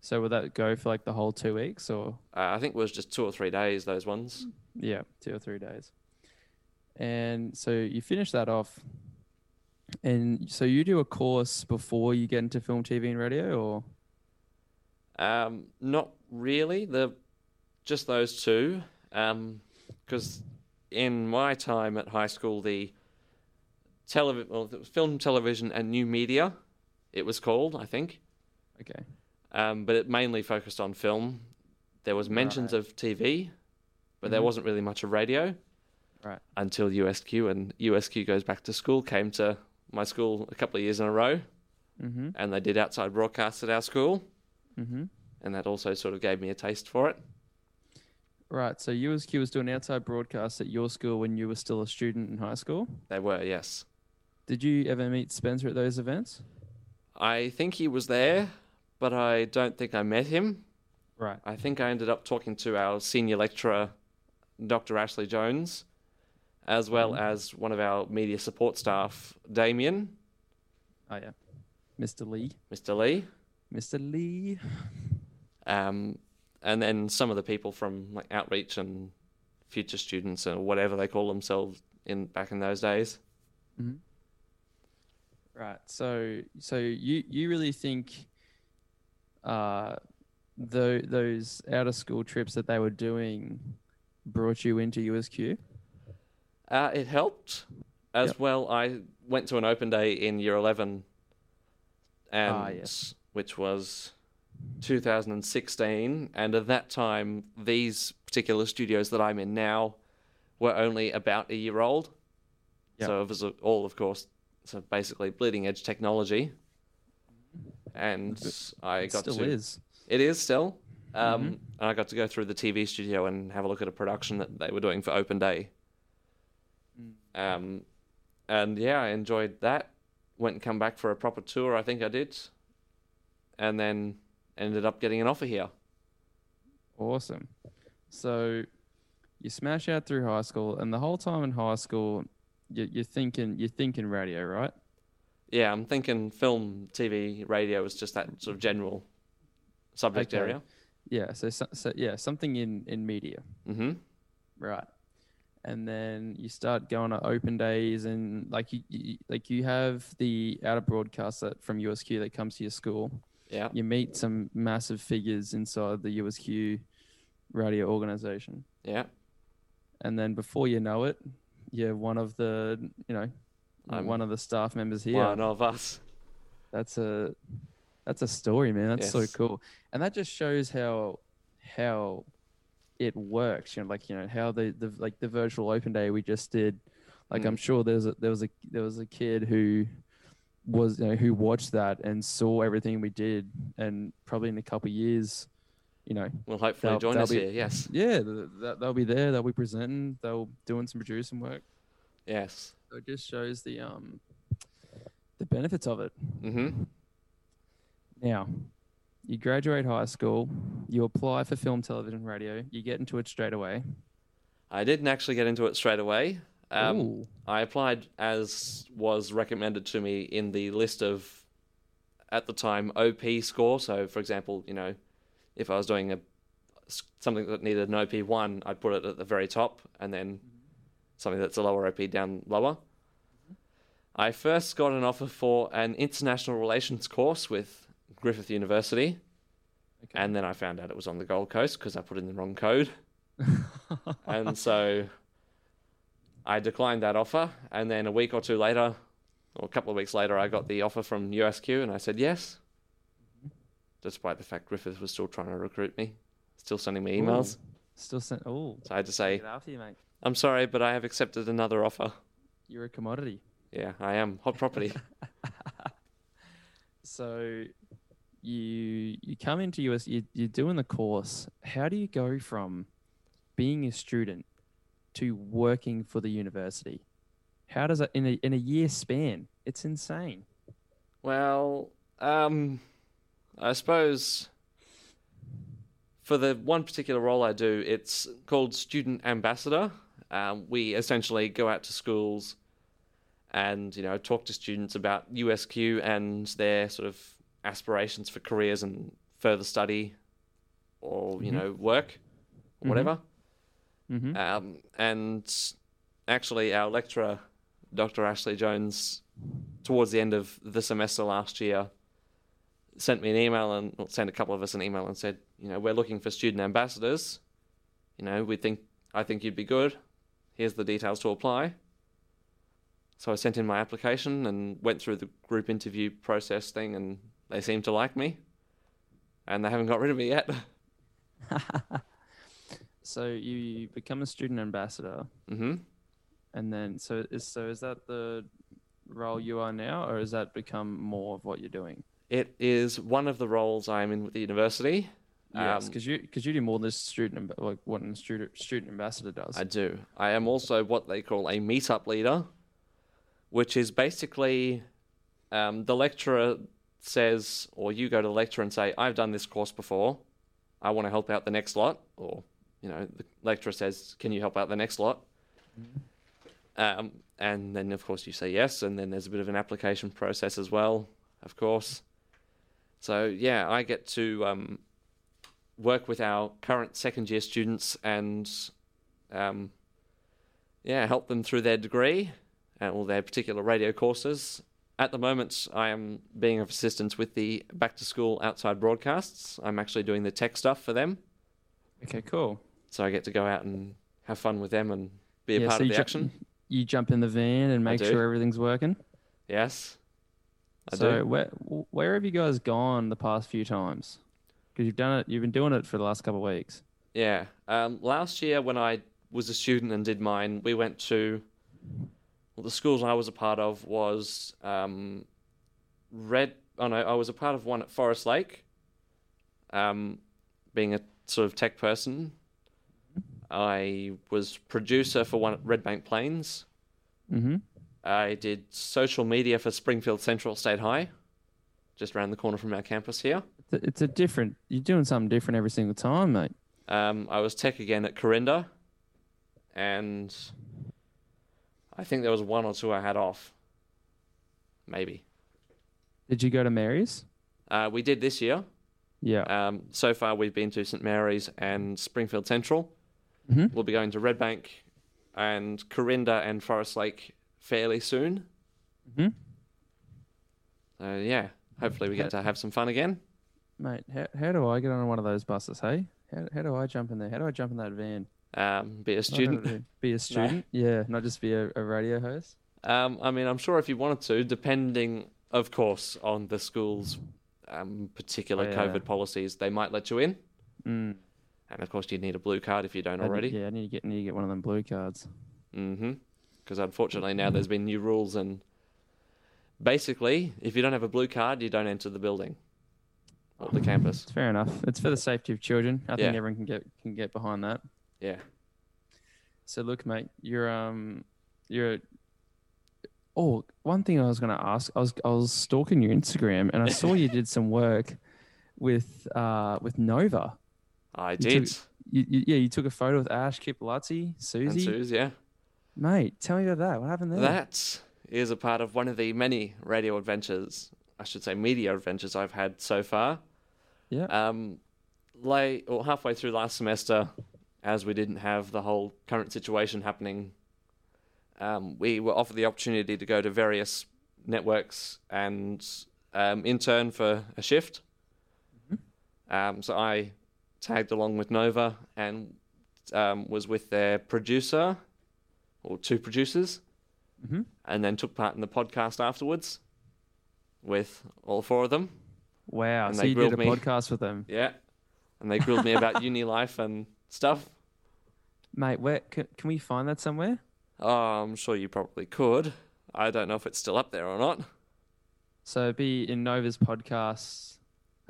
S2: So would that go for like the whole two weeks or?
S3: Uh, I think it was just two or three days. Those ones.
S2: Yeah, two or three days. And so you finish that off. And so you do a course before you get into film, TV, and radio, or
S3: Um, not really. The just those two. Um, because in my time at high school, the television, well, it was film, television, and new media, it was called, I think.
S2: okay,
S3: Um, but it mainly focused on film. There was mentions of TV, but there
S2: Mhm.
S3: wasn't really much of radio.
S2: Right.
S3: Until USQ and USQ goes back to school came to my school a couple of years in a row,
S2: mm-hmm,
S3: and they did outside broadcasts at our school,
S2: mm-hmm,
S3: and that also sort of gave me a taste for it.
S2: right. So USQ was doing outside broadcasts at your school when you were still a student in high school.
S3: They were, yes.
S2: Did you ever meet Spencer at those events?
S3: I think he was there, but I don't think I met him.
S2: Right.
S3: I think I ended up talking to our senior lecturer, Dr. Ashley Jones, as well as one of our media support staff, Damien,
S2: Oh yeah, Mr. Lee,
S3: Mr. Lee,
S2: Mr. Lee.
S3: um, and then some of the people from like outreach and future students or whatever they call themselves in back in those days.
S2: Right. So so you you really think uh tho- those out of school trips that they were doing brought you into USQ?
S3: Uh, it helped. As
S2: Yep.
S3: well, I went to an open day in year 11, and
S2: Ah, yes.
S3: which was 2016. And at that time, these particular studios that I'm in now were only about a year old.
S2: Yep.
S3: So it was all, of course, so basically bleeding edge technology. And I
S2: It
S3: got
S2: still
S3: to.
S2: is. Mm-hmm.
S3: It is still. Um, And I got to go through the TV studio Mm. and have a look at a production that they were doing for Open Day. Um, and yeah, I enjoyed that. Went and come back for a proper tour, I think I did, and then ended up getting an offer here.
S2: Awesome. So you smash out through high school, and the whole time in high school, you, you're thinking you're thinking radio, right?
S3: Yeah, I'm thinking film, TV, radio is just that sort of general subject
S2: Okay.
S3: area.
S2: Yeah. So, so, so yeah, something in in media,
S3: Mm-hmm.
S2: right? And then you start going to open days, and like you, you like you have the outer broadcaster from USQ that comes to your school.
S3: Yeah.
S2: You meet some massive figures inside the USQ radio organization.
S3: Yeah.
S2: and then before you know it, you're one of the you know
S3: I'm
S2: one of the staff members here.
S3: One of us.
S2: That's a that's a story, man. That's so
S3: Yes.
S2: cool, and that just shows how how it works. You know, like you know how the, the like the virtual open day we just did. Like I'm sure there's a, there was a there was a kid who was you know who watched that and saw everything we did, and probably in a couple of years, you know,
S3: Will hopefully
S2: They'll-
S3: join
S2: they'll
S3: us
S2: be-
S3: here. Yes.
S2: yeah, th- th- they'll be there, they'll be presenting, they'll doing some producing work.
S3: Yes.
S2: So it just shows the um the benefits of it.
S3: Mm-hmm.
S2: Now, you graduate high school, you apply for film, television, radio, you get into it straight away.
S3: I didn't actually get into it straight away. Um,
S2: Ooh,
S3: I applied as was recommended to me in the list of, at the time, OP score. So, for example, you know, if I was doing a something that needed an OP one, I'd put it at the very top, and then something that's a lower OP down lower. I first got an offer for an international relations course with Griffith University,
S2: Okay.
S3: and then I found out it was on the Gold Coast because I put in the wrong code and so I declined that offer. And then a week or two later, or a couple of weeks later, I got the offer from USQ, and I said yes, despite the fact Griffith was still trying to recruit me, still sending me emails.
S2: (laughs) still sent. Oh,
S3: So I had to say,
S2: after you, mate.
S3: "I'm sorry, but I have accepted another offer."
S2: You're a commodity.
S3: Yeah, I am hot property.
S2: So you you come into US. You, you're doing the course. How do you go from being a student to working for the university? How does that in a in a year span? It's insane.
S3: Well, um, I suppose for the one particular role I do, it's called student ambassador. Um, we essentially go out to schools and you know talk to students about USQ and their sort of aspirations for careers and further study, or you
S2: Mhm.
S3: know work,
S2: Mhm.
S3: whatever.
S2: Mm-hmm.
S3: Um, and actually, our lecturer, Dr. Ashley Jones, towards the end of the semester last year, sent me an email and well, sent a couple of us an email and said, you know, we're looking for student ambassadors. You know, we think I think you'd be good. Here's the details to apply. So I sent in my application and went through the group interview process thing, and they seemed to like me. And they haven't got rid of me yet.
S2: (laughs)
S3: (laughs)
S2: So you become a student ambassador,
S3: hmm
S2: and then so is so is that the role you are now, or has that become more of what you're doing?
S3: It is one of the roles I'm in with the university.
S2: Yes,
S3: Um,
S2: because Uh, you because you do more than just student amb- like what a student student ambassador does.
S3: I do. I am also what they call a meetup leader, which is basically um, the lecturer says, or you go to the lecturer and say, I've done this course before. I want to help out the next lot. Or, you know, the lecturer says, Can you help out the next lot? Um, and then, of course, you say yes. And then there's a bit of an application process as well, of course. So, yeah, I get to um, work with our current second year students and um, yeah, help them through their degree and all their particular radio courses. At the moment, I am being of assistance with the back to school outside broadcasts. I'm actually doing the tech stuff for them,
S2: okay, cool.
S3: so I get to go out and have fun with them and be a
S2: Yeah,
S3: part
S2: so
S3: of
S2: you
S3: the
S2: ju-
S3: action.
S2: You jump in the van and
S3: I
S2: make
S3: do.
S2: sure everything's working.
S3: Yes, I
S2: so
S3: do.
S2: where where have you guys gone the past few times? Because you've done it, you've been doing it for the last couple of weeks.
S3: Yeah. Um, last year, when I was a student and did mine, we went to well, the schools I was a part of was um, Red. Oh no, I was a part of one at Forest Lake, um, being a sort of tech person. I was producer for one at Red Bank Plains,
S2: Mm-hmm.
S3: I did social media for Springfield Central State High, just around the corner from our campus here.
S2: It's a- It's a different. You're doing something different every single time, mate.
S3: Um, I was tech again at Corinda, and I think there was one or two I had off. Maybe.
S2: Did you go to Mary's?
S3: Uh, we did this year.
S2: Yeah.
S3: Um, so far, we've been to St. Mary's and Springfield Central.
S2: Mhm.
S3: We'll be going to Red Bank and Corinda and Forest Lake fairly soon.
S2: Mhm.
S3: So, yeah, hopefully, we get to have some fun again.
S2: Mate, how, how do I get on one of those buses? Hey, how, how do I jump in there? How do I jump in that van?
S3: Um, be a
S2: I don't
S3: student.
S2: really- be a student? Yeah, not just be a, a radio host.
S3: Um, I mean, I'm sure if you wanted to, depending, of course, on the school's um, particular
S2: Oh, yeah.
S3: COVID policies, they might let you in.
S2: Mm,
S3: And of course, you'd need a blue card if you don't
S2: I need-
S3: already.
S2: yeah, I need to get need to get one of them blue cards.
S3: Mm-hmm. Because unfortunately now there's been new rules and basically, if you don't have a blue card, you don't enter the building or the campus.
S2: It's fair enough. It's for the safety of children. I think
S3: Yeah.
S2: everyone can get can get behind that.
S3: Yeah.
S2: So look, mate, you're um, you're. Oh, one thing I was gonna ask, I was I was stalking your Instagram and I saw you did some work with uh with Nova.
S3: I
S2: took
S3: did.
S2: You, you, yeah, you took a photo with Ash, Kip, Lutzi,
S3: And
S2: Susie.
S3: Suze, yeah.
S2: Mate, tell me about that. What happened there?
S3: That is a part of one of the many radio adventures, I should say media adventures I've had so far.
S2: Yeah.
S3: Um, late or halfway through last semester, as we didn't have the whole current situation happening, um, we were offered the opportunity to go to various networks and um, intern for a shift.
S2: Mm-hmm.
S3: Um, so I tagged along with Nova and um, was with their producer or two producers,
S2: Mhm.
S3: and then took part in the podcast afterwards with all four of them.
S2: Wow.
S3: And
S2: So
S3: they
S2: you did a
S3: grilled me.
S2: podcast with them,
S3: Yeah. And they grilled me (laughs) about uni life and stuff.
S2: mate. Where can, can we find that somewhere?
S3: Oh, I'm sure you probably could. I don't know if it's still up there or not.
S2: So it'd be in Nova's podcasts,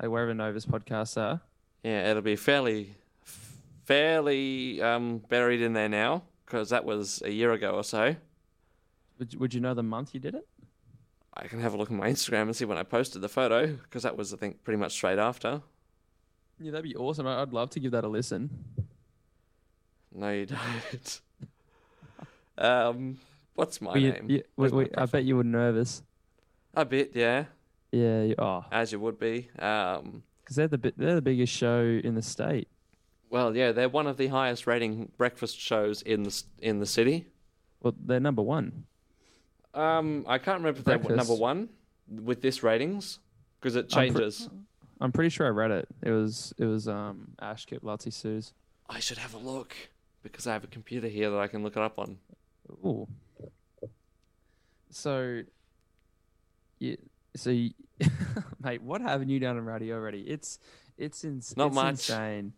S2: like wherever Nova's podcasts are.
S3: Yeah, it'll be fairly, fairly um, buried in there now because that was a year ago or so.
S2: Would, you- would you know the month you did it?
S3: I can have a look on my Instagram and see when I posted the photo because that was, I think, pretty much straight after.
S2: Yeah, that'd be awesome. I- I'd love to give that a listen.
S3: No, you (laughs) don't. um, what's my
S2: Were you-
S3: name?
S2: you-
S3: Where's
S2: were-
S3: my
S2: were- I bet you were nervous.
S3: A bit, yeah,
S2: Yeah, you are.
S3: as you would be. Um,
S2: Because they're the bi- they're the biggest show in the state.
S3: Well, yeah, they're one of the highest rating breakfast shows in the s- in the city.
S2: Well, they're number one.
S3: Um, I can't remember if they were number
S2: Breakfast.
S3: one with this ratings because it
S2: I'm pre-
S3: changes.
S2: I'm pretty sure I read it. It was it was um Ash Kip Lutzi Suze.
S3: I should have a look because I have a computer here that I can look it up on.
S2: Ooh. So. Yeah. So, you, (laughs) mate, what haven't you done in radio already? It's it's, ins-
S3: Not
S2: it's
S3: much.
S2: insane.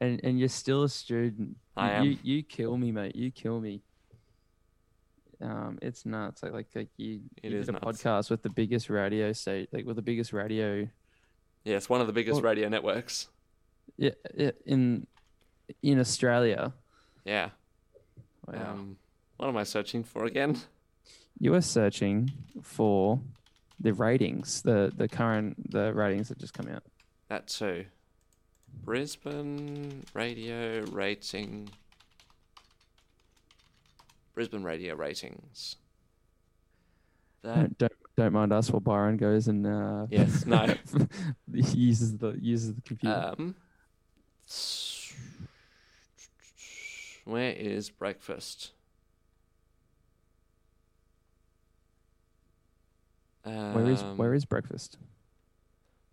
S2: And and you're still a student.
S3: I
S2: You-
S3: am.
S2: You, you kill me, mate. You kill me. Um, it's nuts. Like like, like you,
S3: It
S2: you
S3: is
S2: did a
S3: nuts.
S2: podcast with the biggest radio state, like with the biggest radio.
S3: Yeah, it's one of the biggest
S2: Well-
S3: radio networks.
S2: Yeah, yeah, in in Australia.
S3: Yeah.
S2: Wow.
S3: Um, what am I searching for again?
S2: you were searching for the ratings, the the current the ratings that just come out.
S3: That too. Brisbane radio rating. Brisbane radio ratings. That
S2: Don't don't, don't mind us while Byron goes and uh,
S3: Uh, Yes, no.
S2: (laughs) uses the uses the computer.
S3: Um, s- where is breakfast? Um,
S2: where is where is breakfast?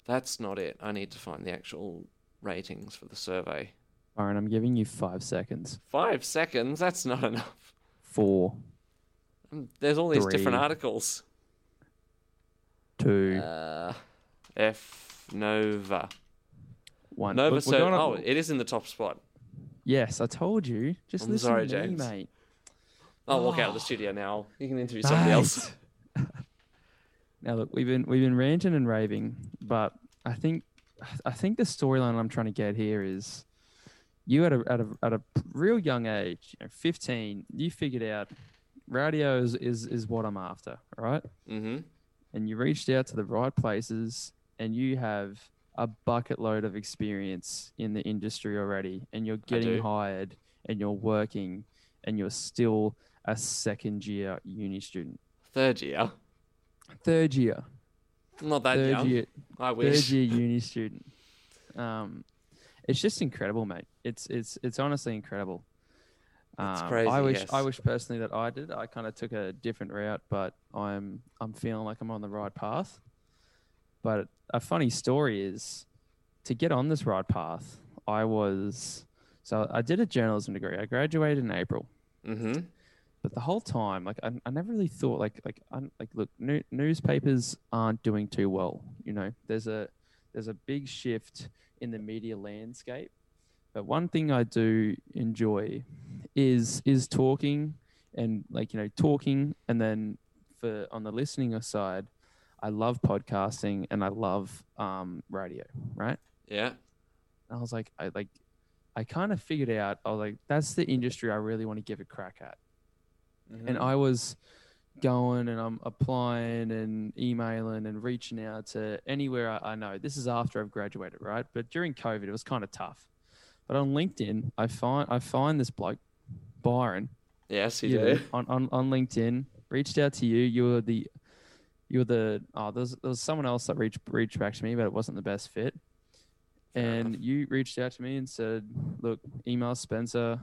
S3: That's not it. I need to find the actual ratings for the survey.
S2: Byron, I'm giving you five seconds.
S3: Five seconds. That's not enough.
S2: Four,
S3: Um, There's all these
S2: Three.
S3: different articles.
S2: two,
S3: Uh, F Nova.
S2: one.
S3: Nova.
S2: Look, we're
S3: so,
S2: going
S3: oh,
S2: on-
S3: it is in the top spot.
S2: yes, I told you. Just
S3: I'm
S2: listen
S3: sorry,
S2: to me,
S3: James.
S2: mate.
S3: I'll walk
S2: Ah.
S3: out of the studio now. You can interview somebody else.
S2: Mate. now look, we've been we've been ranting and raving, but I think I think the storyline I'm trying to get here is you at a at a at a real young age, you know, 15, you figured out radio is, is is what I'm after, right?
S3: Mm-hmm.
S2: And you reached out to the right places, and you have a bucket load of experience in the industry already, and you're getting
S3: do.
S2: hired, and you're working, and you're still a second year uni student,
S3: Third year.
S2: third year,
S3: I'm not that
S2: third
S3: young. (laughs)
S2: year,
S3: I
S2: third
S3: wish.
S2: year uni student. Um, it's just incredible, mate. It's it's it's honestly incredible.
S3: It's
S2: Um,
S3: crazy,
S2: I wish I
S3: yes.
S2: wish personally that I did. I kind of took a different route, but I'm I'm feeling like I'm on the right path. But a funny story is to get on this right path. I was so I did a journalism degree. I graduated in April
S3: Mm-hmm.
S2: but the whole time like i, I never really thought like like I'm, like look new, newspapers aren't doing too well you know there's a there's a big shift in the media landscape but one thing i do enjoy is is talking and like you know talking and then for on the listening side i love podcasting and i love um, radio right
S3: Yeah.
S2: and I was like, I like, I kind of figured out. I was like, that's the industry I really want to give a crack at. Mm-hmm.
S3: Mm-hmm.
S2: And I was going and I'm applying and emailing and reaching out to anywhere I, I know. This is after I've graduated, right? But during COVID, it was kind of tough. But on LinkedIn, I find I find this bloke, Byron,
S3: Yes, you
S2: you
S3: do.
S2: on, on on LinkedIn. Reached out to you. You were the you were the oh there was, there was someone else that reached reached back to me, but it wasn't the best fit.
S3: Fair
S2: and
S3: enough.
S2: you reached out to me and said, "Look, email Spencer.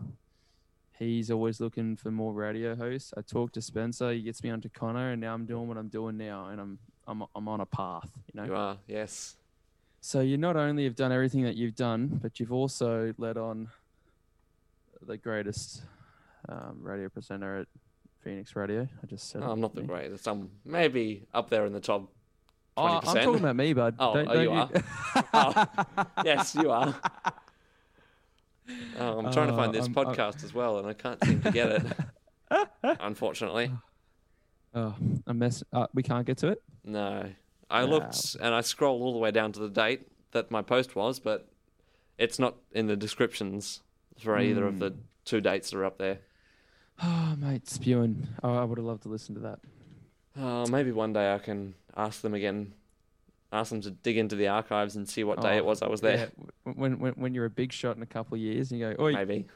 S2: He's always looking for more radio hosts." I talked to Spencer. He gets me onto Connor, and now I'm doing what I'm doing now, and I'm I'm I'm on a path, you know.
S3: You are. Yes.
S2: So you not only have done everything that you've done, but you've also led on the greatest um, radio presenter at Phoenix Radio. I just said,
S3: Oh,
S2: it,
S3: I'm not the
S2: me.
S3: greatest. I'm maybe up there in the top.
S2: Oh, I'm
S3: 20%.
S2: talking about me, bud.
S3: Oh,
S2: Don't-
S3: oh,
S2: don't
S3: you are.
S2: (laughs)
S3: Yes, you are. Oh, I'm trying to
S2: Uh,
S3: find this
S2: I'm- I'm-
S3: podcast as well, and I can't seem to get it.
S2: (laughs)
S3: unfortunately,
S2: Oh, a mess. Uh, we can't get to it. (sighs)
S3: no. I
S2: Nah.
S3: looked and I scrolled all the way down to the date that my post was, but it's not in the descriptions for either of
S2: Hmm.
S3: the two dates that are up there.
S2: Oh, mate, spewing. Oh, I would have loved to listen to that.
S3: Oh, maybe one day I can ask them again. Ask them to dig into the archives and see what day it
S2: Oh,
S3: was I was there.
S2: Yeah, w- when, when when you're a big shot in a couple of years and you go, oi,
S3: Maybe.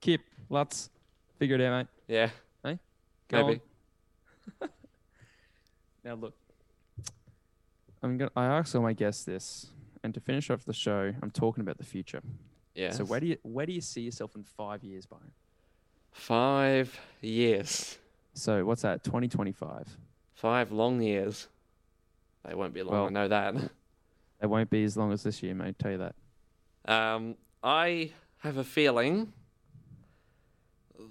S2: Kip, Lutz, figure it out, mate.
S3: Yeah.
S2: Go
S3: Maybe.
S2: on." (laughs) now look, I'm gonna. I asked all my guests this, and to finish off the show, I'm talking about the future.
S3: Yeah.
S2: So where do you where do you see yourself in five years, Byron?
S3: Five years.
S2: So what's that? 2025.
S3: Five long years. They won't be long, I
S2: Well-
S3: know that.
S2: It won't be as long as this year, mate. Tell you that.
S3: Um, I have a feeling.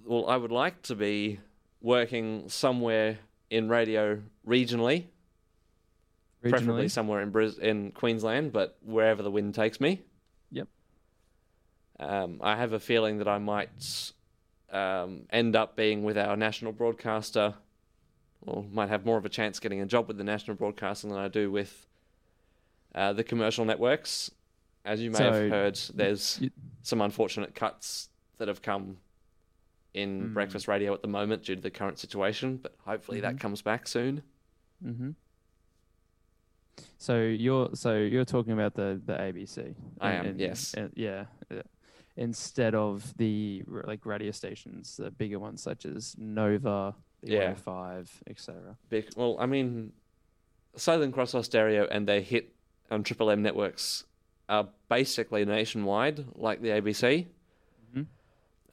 S3: Well, I would like to be working somewhere in radio regionally, preferably
S2: Regionally,
S3: somewhere in Bris- in Queensland, but wherever the wind takes me.
S2: Yep.
S3: Um, I have a feeling that I might um, end up being with our national broadcaster, or might have more of a chance getting a job with the national broadcaster than I do with uh, the commercial networks. As you may
S2: So,
S3: have heard, there's
S2: you-
S3: some unfortunate cuts that have come in
S2: Mm.
S3: breakfast radio at the moment due to the current situation, but hopefully that comes back soon.
S2: Mm-hmm. So you're so you're talking about the the ABC.
S3: I
S2: and-
S3: am,
S2: and-
S3: yes.
S2: and- yeah. yeah. Instead of the r- like radio stations, the bigger ones such as Nova,
S3: Yeah.
S2: B Five, etc.
S3: Bec- well, I mean, Southern Cross Our Stereo and their hit on Triple M networks are basically nationwide, like the ABC.
S2: Mhm.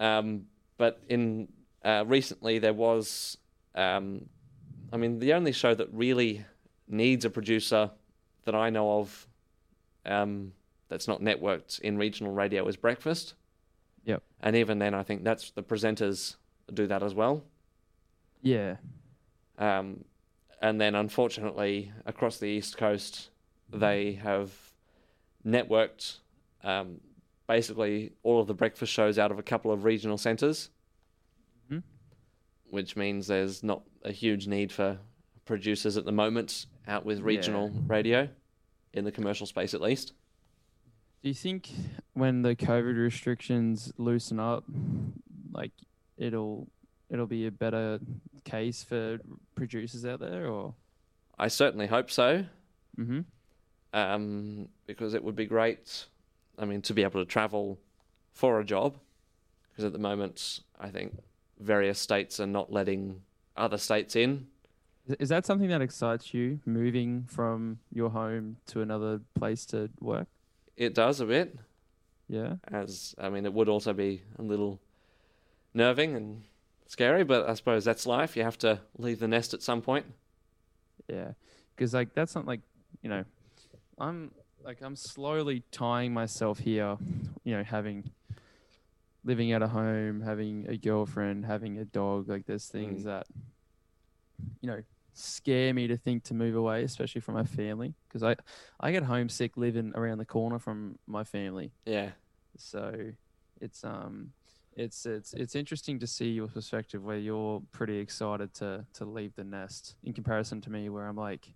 S3: Um, but in uh, recently, there was, um, I mean, the only show that really needs a producer that I know of um, that's not networked in regional radio is Breakfast.
S2: Yep.
S3: And even then, I think that's the presenters do that as well.
S2: Yeah.
S3: Um, and then, unfortunately, across the East Coast, they have networked um, basically all of the breakfast shows out of a couple of regional centres,
S2: Mhm.
S3: which means there's not a huge need for producers at the moment out with regional radio, in the commercial space at least.
S2: Do you think when the COVID restrictions loosen up, like it'll it'll be a better case for producers out there, or
S3: I certainly hope so,
S2: mm-hmm.
S3: um, because it would be great. I mean, to be able to travel for a job, because at the moment, I think various states are not letting other states in.
S2: Is- is that something that excites you? Moving from your home to another place to work?
S3: It does a bit,
S2: Yeah.
S3: as I mean, it would also be a little nerving and scary, but I suppose that's life. You have to leave the nest at some point.
S2: Yeah, because like that's not like you know, I'm like I'm slowly tying myself here, you know, having living at a home, having a girlfriend, having a dog. Like there's things
S3: Mm.
S2: that you know scare me to think to move away, especially from my family, because I I get homesick living around the corner from my family.
S3: Yeah.
S2: So it's um it's it's it's interesting to see your perspective where you're pretty excited to to leave the nest in comparison to me where I'm like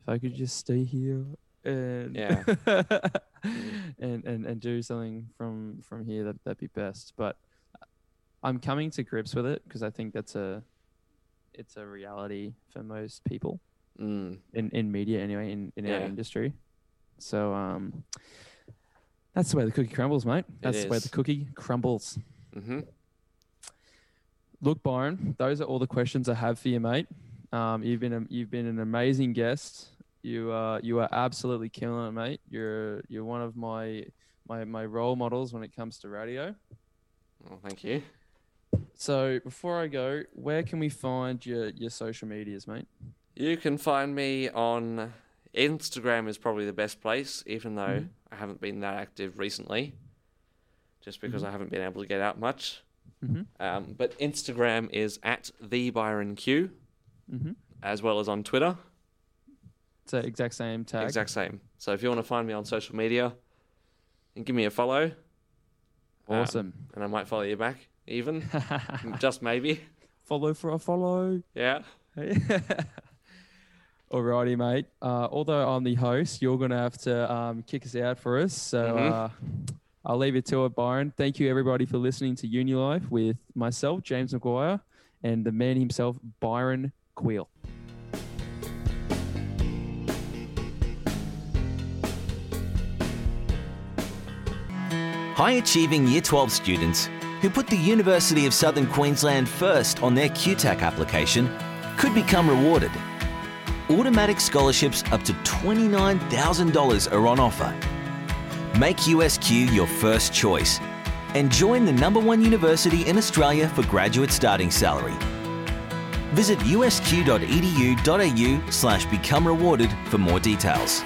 S2: if I could just stay here and
S3: Yeah.
S2: (laughs) and, and and do something from from here that that'd be best but I'm coming to grips with it because I think that's a it's a reality for most people
S3: Mm.
S2: in, in media anyway in, in our
S3: Yeah.
S2: industry so um that's the way the cookie crumbles mate that's the way
S3: is.
S2: the cookie crumbles
S3: hmm
S2: look byron those are all the questions i have for you mate um, you've been a, you've been an amazing guest you uh you are absolutely killing it mate you're you're one of my my my role models when it comes to radio
S3: Well, thank you.
S2: so before i go where can we find your your social medias mate
S3: You can find me on Instagram is probably the best place, even though
S2: Mhm.
S3: I haven't been that active recently, just because
S2: Mm-hmm.
S3: I haven't been able to get out much.
S2: Mhm.
S3: Um, but Instagram is at the Byron Q,
S2: mm-hmm.
S3: as well as on Twitter.
S2: it's the exact same tag
S3: Exact same. So if you want to find me on social media, and give me a follow, um, mm.
S2: awesome (laughs)
S3: and I might follow you back, even (laughs) just maybe.
S2: follow for a follow
S3: Yeah.
S2: (laughs) Alrighty, mate. Uh, although I'm the host, you're going to have to um, kick us out for us. So
S3: Mhm.
S2: uh, I'll leave it to it, Byron. Thank you, everybody, for listening to Unilife with myself, James McGuire, and the man himself, Byron Queel.
S4: High achieving Year 12 students who put the University of Southern Queensland first on their QTAC application could become rewarded. Automatic scholarships up to $29,000 are on offer. Make USQ your first choice and join the number one university in Australia for graduate starting salary. E Visit usq.edu.au slash become rewarded for more details.